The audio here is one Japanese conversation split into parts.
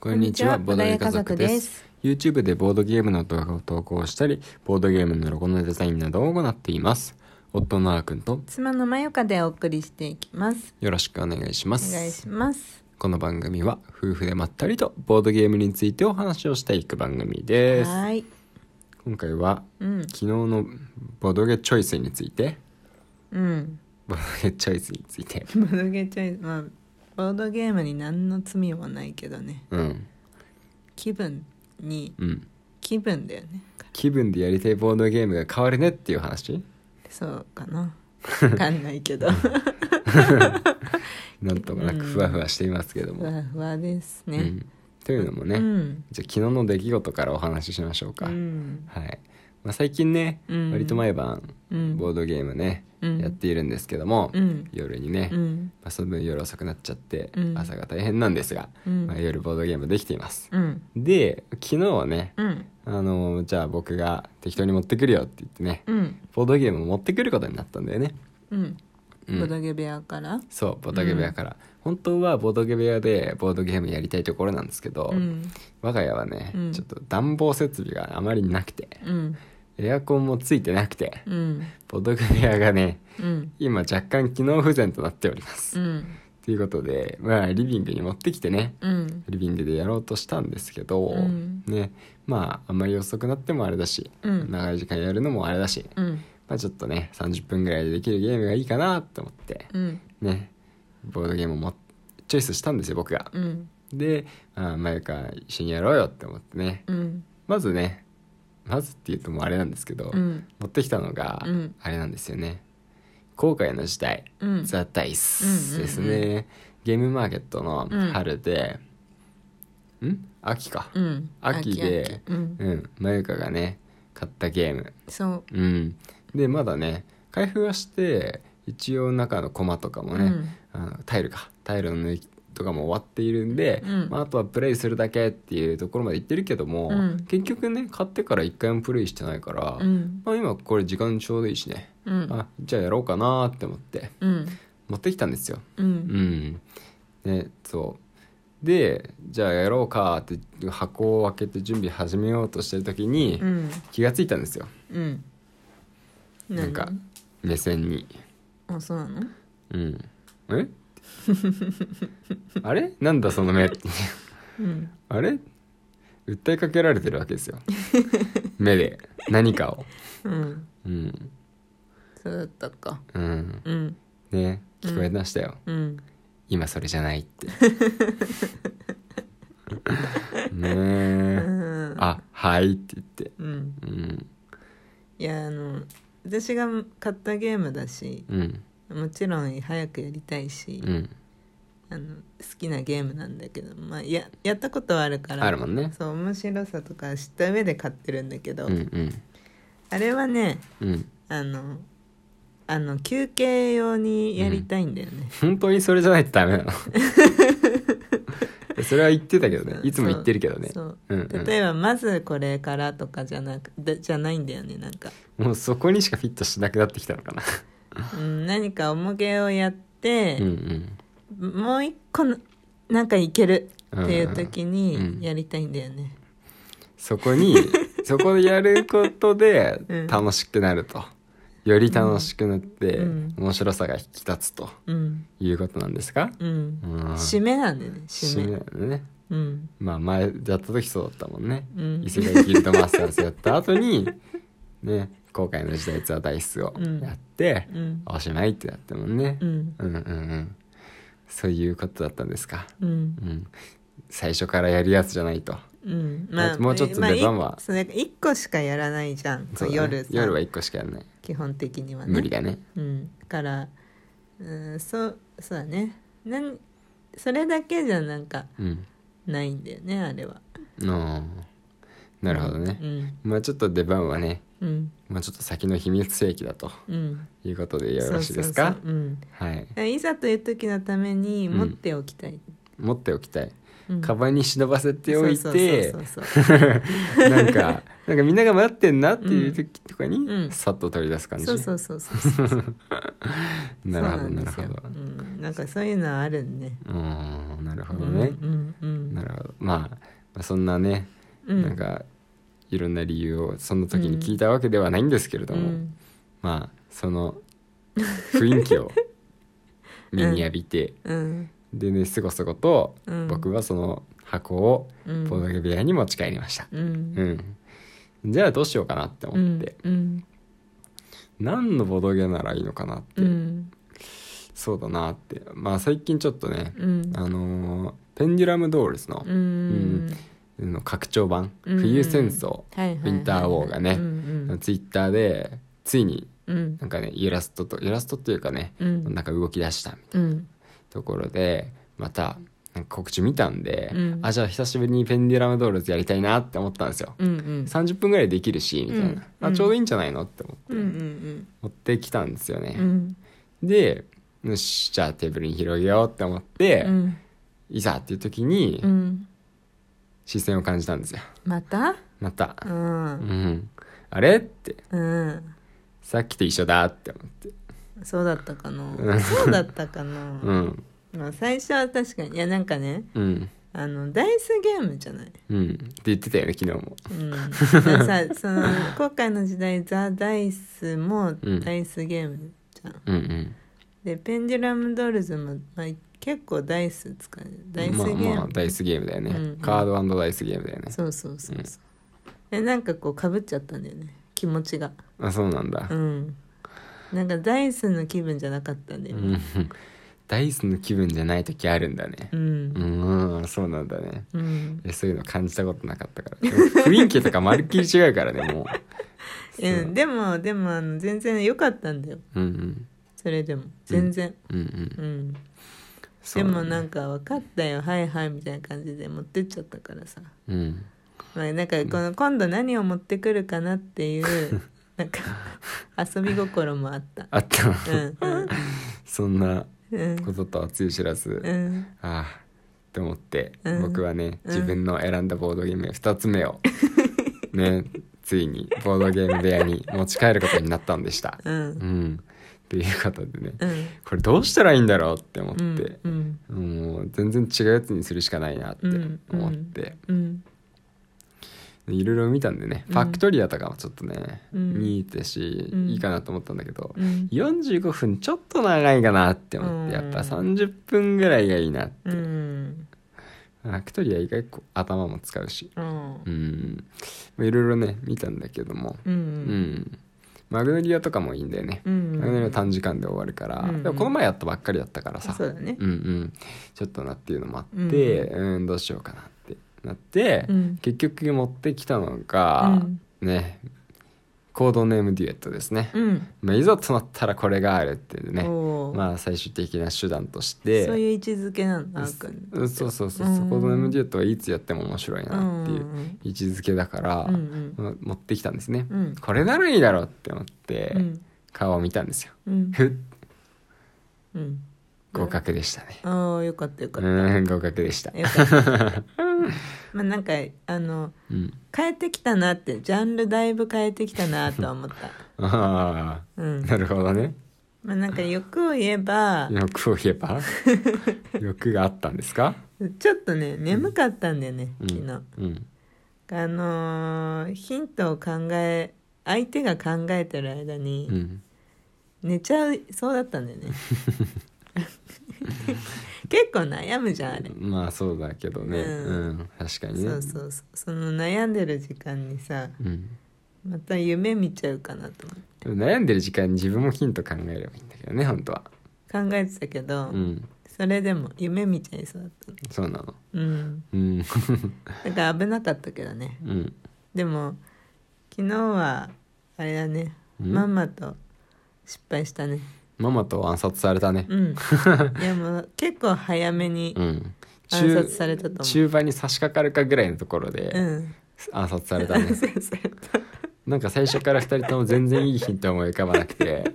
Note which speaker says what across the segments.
Speaker 1: こんにちは、ボードゲー家族です。。YouTube でボードゲームの動画を投稿したり、ボードゲームのロゴのデザインなどを行っています。夫のあーくんと
Speaker 2: 妻のまよかでお送りしていきます。
Speaker 1: よろしくお願いしま
Speaker 2: お
Speaker 1: す。
Speaker 2: 願いします。
Speaker 1: この番組は夫婦でまったりとボードゲームについてお話をしていく番組です。
Speaker 2: はい。
Speaker 1: 今回は
Speaker 2: うん。
Speaker 1: 昨日のボードゲチョイスについて、
Speaker 2: うん。
Speaker 1: ボードゲチョイスについて、
Speaker 2: ボードゲーチョイス、まあ、ボードゲームに何の罪もないけどね。
Speaker 1: うん、
Speaker 2: 気分に、
Speaker 1: うん。
Speaker 2: 気分だよね。
Speaker 1: 気分でやりたいボードゲームが変わるねっていう話
Speaker 2: そうか な。わかんないけど。
Speaker 1: なんとなくふわふわしていますけど
Speaker 2: ふ
Speaker 1: も。
Speaker 2: わふわです
Speaker 1: う
Speaker 2: ね。
Speaker 1: ん、というのもね、
Speaker 2: うん。
Speaker 1: じゃあ昨日の出来事からお話ししましょうか、
Speaker 2: うん。
Speaker 1: はい、まあ、最近ね、
Speaker 2: うん
Speaker 1: 割と毎晩
Speaker 2: うん。
Speaker 1: ボードゲームね、
Speaker 2: うん
Speaker 1: やっているんですけども、
Speaker 2: うん
Speaker 1: 夜にね、
Speaker 2: う
Speaker 1: ま
Speaker 2: ん。
Speaker 1: あ、その分夜遅くなっちゃって、
Speaker 2: うん
Speaker 1: 朝が大変なんですが、
Speaker 2: うん
Speaker 1: まあ、夜ボードゲームできています、
Speaker 2: うん。
Speaker 1: で昨日はね、
Speaker 2: うん。
Speaker 1: あのーじゃあ僕が適当に持ってくるよって言ってね、
Speaker 2: うん。
Speaker 1: ボードゲームを持ってくることになったんだよね
Speaker 2: うん。
Speaker 1: うん
Speaker 2: ボードゲ部屋から。
Speaker 1: そうボードゲーム部屋から、本当はボードゲーム部屋でボードゲームやりたいところなんですけど、
Speaker 2: うん。
Speaker 1: 我が家はね、
Speaker 2: うん
Speaker 1: ちょっと暖房設備があまりなくて
Speaker 2: うん。
Speaker 1: エアコンもついてなくて
Speaker 2: うん。
Speaker 1: ボドゲ部屋がね
Speaker 2: うん。
Speaker 1: 今若干機能不全となっております、
Speaker 2: うん。
Speaker 1: ということでまあリビングに持ってきてね
Speaker 2: うん。
Speaker 1: リビングでやろうとしたんですけど、
Speaker 2: うん
Speaker 1: ねまああんまり遅くなってもあれだし、
Speaker 2: うん
Speaker 1: 長い時間やるのもあれだし、
Speaker 2: うん。
Speaker 1: まあ、ちょっとね30分ぐらいでできるゲームがいいかなと思って
Speaker 2: うん。
Speaker 1: ねボードゲームをもチョイスしたんですよ僕が。
Speaker 2: うん。
Speaker 1: で「ああまゆか一緒にやろうよ」って思ってね
Speaker 2: うん。
Speaker 1: まずねまずっていうともうあれなんですけど、
Speaker 2: うん。
Speaker 1: 持ってきたのが
Speaker 2: うん
Speaker 1: あれなんですよね後悔の時代、
Speaker 2: うん
Speaker 1: ザ・ダイス
Speaker 2: うんうんうん
Speaker 1: ですね、ゲームマーケットの春で、ん、秋か、
Speaker 2: うん。
Speaker 1: 秋で
Speaker 2: 秋うん。
Speaker 1: うんまゆかがね買ったゲーム
Speaker 2: そう。
Speaker 1: うんでまだね開封はして一応中のコマとかもね、
Speaker 2: うん
Speaker 1: あのタイルかタイルの抜きとかも終わっているんで、
Speaker 2: うん
Speaker 1: まあ、あとはプレイするだけっていうところまで行ってるけども、
Speaker 2: うん
Speaker 1: 結局ね買ってから一回もプレイしてないから、
Speaker 2: うん。
Speaker 1: まあ、今これ時間ちょうどいいしね、
Speaker 2: うん。
Speaker 1: あじゃあやろうかなって思って
Speaker 2: うん。
Speaker 1: 持ってきたんですよ
Speaker 2: う。
Speaker 1: うんんねそうでじゃあやろうかって箱を開けて準備始めようとしてる時に
Speaker 2: うん。
Speaker 1: 気がついたんですよ
Speaker 2: うん。
Speaker 1: なんか目線に
Speaker 2: 何。あ、そうなの。
Speaker 1: うんえ あれなんだその目
Speaker 2: うん。
Speaker 1: あれ訴えかけられてるわけ ですよ目で何かを
Speaker 2: うん。
Speaker 1: うん
Speaker 2: そうだったか。
Speaker 1: うん
Speaker 2: うん。
Speaker 1: ね聞こえましたよ、
Speaker 2: うん。
Speaker 1: 今それじゃないって ね
Speaker 2: う
Speaker 1: え
Speaker 2: ん。
Speaker 1: あはいって言って
Speaker 2: うん。
Speaker 1: うん
Speaker 2: いや、あの。私が買ったゲームだし。
Speaker 1: うん
Speaker 2: もちろん早くやりたいし。
Speaker 1: うん
Speaker 2: あの好きなゲームなんだけど、まあ、ややったことはあるから
Speaker 1: あるもんね
Speaker 2: そう面白さとか知った上で買ってるんだけど、
Speaker 1: うんうん
Speaker 2: あれはね
Speaker 1: うん
Speaker 2: あのあの休憩用にやりたいんだよね、
Speaker 1: 本当にそれじゃないとダメ なのそれは言ってたけどねいつも言ってるけどね
Speaker 2: そう
Speaker 1: うんうん
Speaker 2: 例えばまずこれからとかじゃなくでじゃないんだよねなんか、
Speaker 1: もうそこにしかフィットしなくなってきたのかな
Speaker 2: うん、何か重げをや
Speaker 1: う
Speaker 2: っ
Speaker 1: んう
Speaker 2: て、
Speaker 1: ん
Speaker 2: もう一個のなんかいけるっていう
Speaker 1: う
Speaker 2: 時
Speaker 1: ん
Speaker 2: にやりたいんだよね、
Speaker 1: そこ にそこでやることで
Speaker 2: うん
Speaker 1: 楽しくなると、より楽しくなって、
Speaker 2: うん
Speaker 1: 面白さが引き立つと
Speaker 2: うん
Speaker 1: いうことなんですか、
Speaker 2: うん、
Speaker 1: うん
Speaker 2: 締めなんだよね締
Speaker 1: 締
Speaker 2: め
Speaker 1: めだよね
Speaker 2: うん
Speaker 1: まあ前やった時そうだったもんね、
Speaker 2: うん
Speaker 1: 伊勢谷ギルドマスターズやった後にね後悔の時代ツアーダイスを
Speaker 2: うん
Speaker 1: やって、
Speaker 2: うん
Speaker 1: おしまいってなったもんね、
Speaker 2: うん
Speaker 1: うん、うんうんそういうことだったんですか、
Speaker 2: うん
Speaker 1: うん、最初からやるやつじゃないと
Speaker 2: うんまあ
Speaker 1: もうちょっと
Speaker 2: まあ
Speaker 1: 出番は
Speaker 2: それ1個しかやらないじゃん、
Speaker 1: そうだね
Speaker 2: 夜さ
Speaker 1: 夜は1個しかやんない
Speaker 2: 基本的にはね
Speaker 1: 無理だね
Speaker 2: うんだからうんそうそうだねなんそれだけじゃなんか
Speaker 1: うん
Speaker 2: ないんだよねあれは
Speaker 1: あーなるほどね
Speaker 2: う、ん
Speaker 1: まあちょっと出番はね
Speaker 2: うん
Speaker 1: まあちょっと先の秘密兵器だと
Speaker 2: うん
Speaker 1: いうことでよろしいですか
Speaker 2: そうそうそううん
Speaker 1: はい
Speaker 2: だからいざという時のために持っておきたい、
Speaker 1: 持っておきたい
Speaker 2: うん
Speaker 1: カバンに忍ばせておいて
Speaker 2: そうそうそう
Speaker 1: なんかなんかみんなが待ってんなっていう時とか
Speaker 2: う
Speaker 1: に
Speaker 2: ん
Speaker 1: さっと取り出す感じ、
Speaker 2: そうそうそうそうそうそうそう
Speaker 1: なるほど
Speaker 2: ん
Speaker 1: な
Speaker 2: で
Speaker 1: る
Speaker 2: す
Speaker 1: ほ
Speaker 2: よ
Speaker 1: ど
Speaker 2: うんなんかそういうのはあるんね
Speaker 1: うーんなるほどね、
Speaker 2: うんうんうん
Speaker 1: なるほどままあまあそんなね、
Speaker 2: うん
Speaker 1: なんかいろんな理由をその時に聞いたわけではないんですけれど
Speaker 2: う
Speaker 1: も、
Speaker 2: ん
Speaker 1: まあその雰囲気を目に浴びて、
Speaker 2: うん
Speaker 1: でねすごすごと
Speaker 2: うん
Speaker 1: 僕はその箱を
Speaker 2: うん
Speaker 1: ボードゲ部屋に持ち帰りました、
Speaker 2: うん
Speaker 1: うんじゃあどうしようかなって思って、
Speaker 2: うん
Speaker 1: 何のボードゲーならいいのかなって、
Speaker 2: うん
Speaker 1: そうだなってまあ最近ちょっとね、
Speaker 2: うん
Speaker 1: あのーペンデュラムドールズの,、
Speaker 2: うん
Speaker 1: の拡張版「
Speaker 2: うん
Speaker 1: 冬戦争、
Speaker 2: はいはいはいはい
Speaker 1: ウィンターウォーがね
Speaker 2: うん
Speaker 1: ツイッターでついに
Speaker 2: うん
Speaker 1: なんかねイラストとイラストっていうかね、
Speaker 2: うん
Speaker 1: なんか動き出した
Speaker 2: うん
Speaker 1: ところでまたなんか告知見たんで、
Speaker 2: うん
Speaker 1: あじゃあ久しぶりにペンデュラムドールズやりたいなって思ったんですよ、
Speaker 2: うんうん
Speaker 1: 30分ぐらいできるしみたいな、
Speaker 2: うん
Speaker 1: あちょうどいいんじゃないのって思って、
Speaker 2: うんうん
Speaker 1: 持ってきたんですよね、
Speaker 2: うん
Speaker 1: でよしじゃあテーブルに広げようって思って、
Speaker 2: うん
Speaker 1: いざっていう時に
Speaker 2: うん
Speaker 1: 視線を感じたんですよ
Speaker 2: また
Speaker 1: また、
Speaker 2: う
Speaker 1: うん
Speaker 2: ん
Speaker 1: あれって
Speaker 2: うん
Speaker 1: さっきと一緒だって思って
Speaker 2: そうだったか
Speaker 1: う
Speaker 2: なんそうだったかな
Speaker 1: うん
Speaker 2: まあ最初は確かにいやなんかね
Speaker 1: うん
Speaker 2: あのダイスゲームじゃない
Speaker 1: うんって言ってたよね昨日も
Speaker 2: うん、さその今回の時代ザ・ダイスも
Speaker 1: うん
Speaker 2: ダイスゲームじゃん、
Speaker 1: うんうん
Speaker 2: でペンデュラムドールズも、まあ、結構ダイス使うダイスゲーム、
Speaker 1: まあまあダイスゲームだよね、
Speaker 2: うん
Speaker 1: カードダイスゲームだよね
Speaker 2: そうそうそうそう、えなんかこうかぶっちゃったんだよね気持ちが
Speaker 1: あそうなんだ
Speaker 2: うんなんかダイスの気分じゃなかったんだ
Speaker 1: う
Speaker 2: よ
Speaker 1: ん、
Speaker 2: ね
Speaker 1: ダイスの気分じゃない時あるんだね
Speaker 2: うん
Speaker 1: うん、そうなんだね
Speaker 2: うん、
Speaker 1: いやそういうの感じたことなかったからでも雰囲気とかまるっきり違うからねも
Speaker 2: う、
Speaker 1: そうん
Speaker 2: でもでもあの全然良かったんだよ
Speaker 1: ううん
Speaker 2: それでも全然
Speaker 1: うんうんうん
Speaker 2: うん
Speaker 1: そう
Speaker 2: でもな
Speaker 1: だね
Speaker 2: んか分かったよはいはいみたいな感じで持ってっちゃったからさ、
Speaker 1: うん
Speaker 2: まあ、なんかこの今度何を持ってくるかなっていう なんか遊び心もあった
Speaker 1: あった、
Speaker 2: うんうん
Speaker 1: そんな
Speaker 2: うん
Speaker 1: こととはつゆ知らず、
Speaker 2: うん
Speaker 1: ああって思って、
Speaker 2: うん
Speaker 1: 僕はね
Speaker 2: うん
Speaker 1: 自分の選んだボードゲーム2つ目を ねついにボードゲーム部屋に持ち帰ることになったんでした
Speaker 2: う
Speaker 1: うんんっていうことでね
Speaker 2: うん
Speaker 1: これどうしたらいいんだろうって思って、
Speaker 2: うん
Speaker 1: もう全然違うやつにするしかないなって思って、
Speaker 2: うん
Speaker 1: いろいろ見たんでね、
Speaker 2: うん
Speaker 1: ファクトリアとかもちょっとね、
Speaker 2: うん
Speaker 1: 見てたし、
Speaker 2: うん
Speaker 1: いいかなと思ったんだけど、
Speaker 2: うん
Speaker 1: 45分ちょっと長いかなって思って、
Speaker 2: うん
Speaker 1: やっぱ30分ぐらいがいいなって、
Speaker 2: うん
Speaker 1: ファクトリア意外と頭も使うし
Speaker 2: うん
Speaker 1: うんまあいろいろね見たんだけども
Speaker 2: う
Speaker 1: うん、
Speaker 2: ん
Speaker 1: マグノリアとかもいいんだよね、
Speaker 2: うん
Speaker 1: マグノリア短時間で終わるから、
Speaker 2: うん
Speaker 1: でもこの前やったばっかりだったからさ
Speaker 2: そうだね
Speaker 1: うんうん、ちょっとなっていうのもあって、うんどうしようかなってなって、
Speaker 2: うん
Speaker 1: 結局持ってきたのが、ねコードネームデュエットですね、
Speaker 2: うん
Speaker 1: まあ、いざとなったらこれがあるっていうね、
Speaker 2: おー
Speaker 1: まあ、最終的な手段として
Speaker 2: そういう位置づけなのあーくん
Speaker 1: うんそうそうそう、
Speaker 2: うん
Speaker 1: そこの M デュエットはいつやっても面白いなっていう位置づけだから、
Speaker 2: うんうん
Speaker 1: まあ持ってきたんですね、
Speaker 2: うん
Speaker 1: これならいいだろうって思って、
Speaker 2: うん
Speaker 1: 顔を見たんですよ
Speaker 2: うん
Speaker 1: ふっ
Speaker 2: うん
Speaker 1: 合格でしたね
Speaker 2: ああよかったよか
Speaker 1: う
Speaker 2: った
Speaker 1: ん合格でした
Speaker 2: よかった。 まあなんかあの
Speaker 1: うん
Speaker 2: 変えてきたなってジャンルだいぶ変えてきたなとは 思った。
Speaker 1: ああ
Speaker 2: うん。
Speaker 1: なるほどね
Speaker 2: まあなんか欲を言えば
Speaker 1: 欲を言え ば欲があったんですか
Speaker 2: ちょっとね眠かったんだよね
Speaker 1: うん
Speaker 2: 昨日。
Speaker 1: うん
Speaker 2: あのーヒントを考え相手が考えてる間に
Speaker 1: うん
Speaker 2: 寝ちゃうそうだったんだ よね。結構悩むじゃんあれ。
Speaker 1: まあそうだけどね
Speaker 2: うん
Speaker 1: うん確かにね
Speaker 2: そうそうそうその悩んでる時間にさ
Speaker 1: うん
Speaker 2: また夢見ちゃうかなと思って
Speaker 1: でも悩んでる時間に自分もヒント考えればいいんだけどね本当は
Speaker 2: 考えてたけど、
Speaker 1: うん
Speaker 2: それでも夢見ちゃいそうだったの
Speaker 1: そうなの
Speaker 2: うん
Speaker 1: うん
Speaker 2: だから危なかったけどね
Speaker 1: うん
Speaker 2: でも昨日はあれだね
Speaker 1: うん
Speaker 2: ママと失敗したね
Speaker 1: ママと暗殺されたね
Speaker 2: うん いやもう結構早めに
Speaker 1: うん
Speaker 2: 暗
Speaker 1: 中
Speaker 2: 殺されたと思う
Speaker 1: 中盤に差し掛かるかぐらいのところ
Speaker 2: う
Speaker 1: で
Speaker 2: ん
Speaker 1: 暗殺された
Speaker 2: 暗
Speaker 1: ね
Speaker 2: 殺された
Speaker 1: なんか最初から2人とも全然いいヒント思い浮かばなくて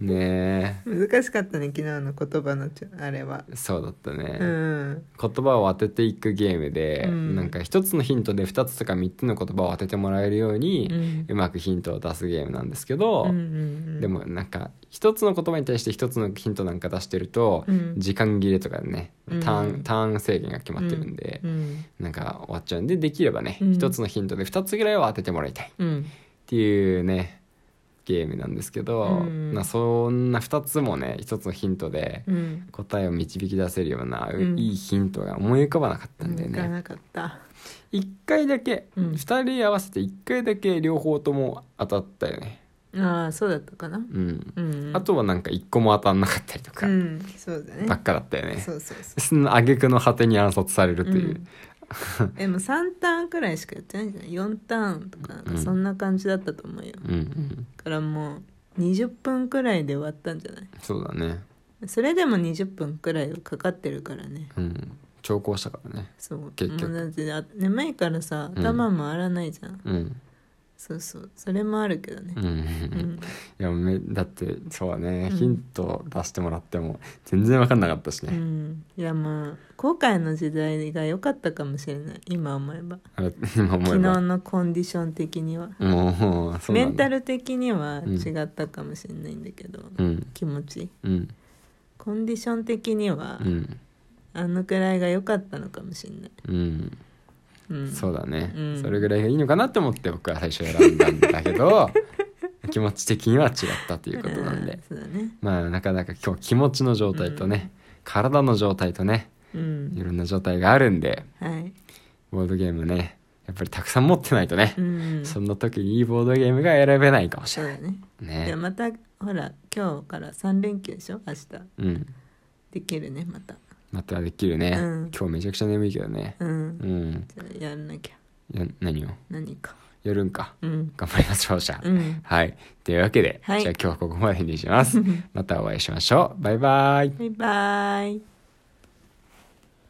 Speaker 1: ね
Speaker 2: 難しかったね昨日の言葉のちょあれは
Speaker 1: えそうだったね、
Speaker 2: うん
Speaker 1: 言葉を当てていくゲームで、
Speaker 2: うん
Speaker 1: なんか一つのヒントで2つとか3つの言葉を当ててもらえるよう
Speaker 2: う
Speaker 1: に、
Speaker 2: ん
Speaker 1: うまくヒントを出すゲームなんですけど、
Speaker 2: うんうん
Speaker 1: でもなんか一つの言葉に対して一つのヒントなんか出してると、
Speaker 2: うん
Speaker 1: 時間切れとかねターン,、
Speaker 2: うん
Speaker 1: ターン制限が決まってるんで、
Speaker 2: うん
Speaker 1: なんか終わっちゃうんでできればね
Speaker 2: うん
Speaker 1: 一、つのヒントで二つぐらいは当ててもらいたいっ
Speaker 2: うん
Speaker 1: ていうねゲームなんですけど、
Speaker 2: うん
Speaker 1: なそんな二つもね一つのヒントで
Speaker 2: うん
Speaker 1: 答えを導き出せるような、う
Speaker 2: うん
Speaker 1: いいヒントが思い浮かばなかったんだよ
Speaker 2: 向か
Speaker 1: ね。
Speaker 2: なかった
Speaker 1: 一、回だけ、
Speaker 2: う
Speaker 1: 二
Speaker 2: ん
Speaker 1: 人合わせて一回だけ両方とも当たったよね。
Speaker 2: ああそうだったかな
Speaker 1: うん
Speaker 2: うん
Speaker 1: あとはなんか一個も当たんなかったりとか
Speaker 2: うんそうだね
Speaker 1: ばっかだったよね。
Speaker 2: そうそうそ
Speaker 1: その挙句の果てに暗殺されると
Speaker 2: う
Speaker 1: いう。
Speaker 2: うんでも3ターンくらいしかやってないんじゃない4ターンとかなんか
Speaker 1: うん
Speaker 2: そんな感じだったと思うよだ
Speaker 1: うん、うん、
Speaker 2: からもう20分くらいで終わったんじゃない
Speaker 1: そうだね。
Speaker 2: それでも20分くらいはかかってるからね
Speaker 1: うん。調校したからね。
Speaker 2: そう
Speaker 1: 結局
Speaker 2: もうだってあ眠いからさ
Speaker 1: うん
Speaker 2: 頭も洗わないじゃん、
Speaker 1: うん。
Speaker 2: そうそうそれもあるけどね
Speaker 1: うん。
Speaker 2: うん
Speaker 1: いやめだってそうだね、
Speaker 2: うん
Speaker 1: ヒント出してもらっても全然分かんなかったし
Speaker 2: う
Speaker 1: ね、
Speaker 2: ん、いやまあ後悔の時代が良かったかもしれない今思えば
Speaker 1: あれ今思え
Speaker 2: 昨日
Speaker 1: ば
Speaker 2: のコンディション的には、
Speaker 1: もうそう
Speaker 2: メ
Speaker 1: なんだ
Speaker 2: ンタル的には
Speaker 1: うん
Speaker 2: 違ったかもしれないんだけど、
Speaker 1: うん
Speaker 2: 気持ち
Speaker 1: うん
Speaker 2: コンディション的には、
Speaker 1: うん
Speaker 2: あのくらいが良かったのかもしれない、
Speaker 1: うん、
Speaker 2: うん、
Speaker 1: そうだね、
Speaker 2: うん
Speaker 1: それぐらいがいいのかなって思って僕は最初選んだんだけ ど気持ち的には違ったということなんで
Speaker 2: うんそうだね
Speaker 1: まあなかなか今日気持ちの状態とね、体の状態とね
Speaker 2: う
Speaker 1: い
Speaker 2: ん
Speaker 1: ろんな状態があるんで
Speaker 2: はい、
Speaker 1: ボードゲームねやっぱりたくさん持ってないとね
Speaker 2: う、ん、
Speaker 1: そんな時にいいボードゲームが選べないかもし
Speaker 2: そう
Speaker 1: れ
Speaker 2: だね
Speaker 1: ない
Speaker 2: い
Speaker 1: ね
Speaker 2: やまたほら今日から3連休でしょ明日
Speaker 1: うん
Speaker 2: できるねまた
Speaker 1: またできるね、
Speaker 2: うん
Speaker 1: 今日めちゃくちゃ眠いけどね
Speaker 2: うん
Speaker 1: うん
Speaker 2: じゃあやらなきゃ
Speaker 1: や何を
Speaker 2: 何か
Speaker 1: やるんか
Speaker 2: うん
Speaker 1: 頑張りましょうじゃあ、
Speaker 2: うん
Speaker 1: はいというわけで、
Speaker 2: はい
Speaker 1: じゃあ今日はここまでにしますまたお会いしましょうバイバイ
Speaker 2: バイバイ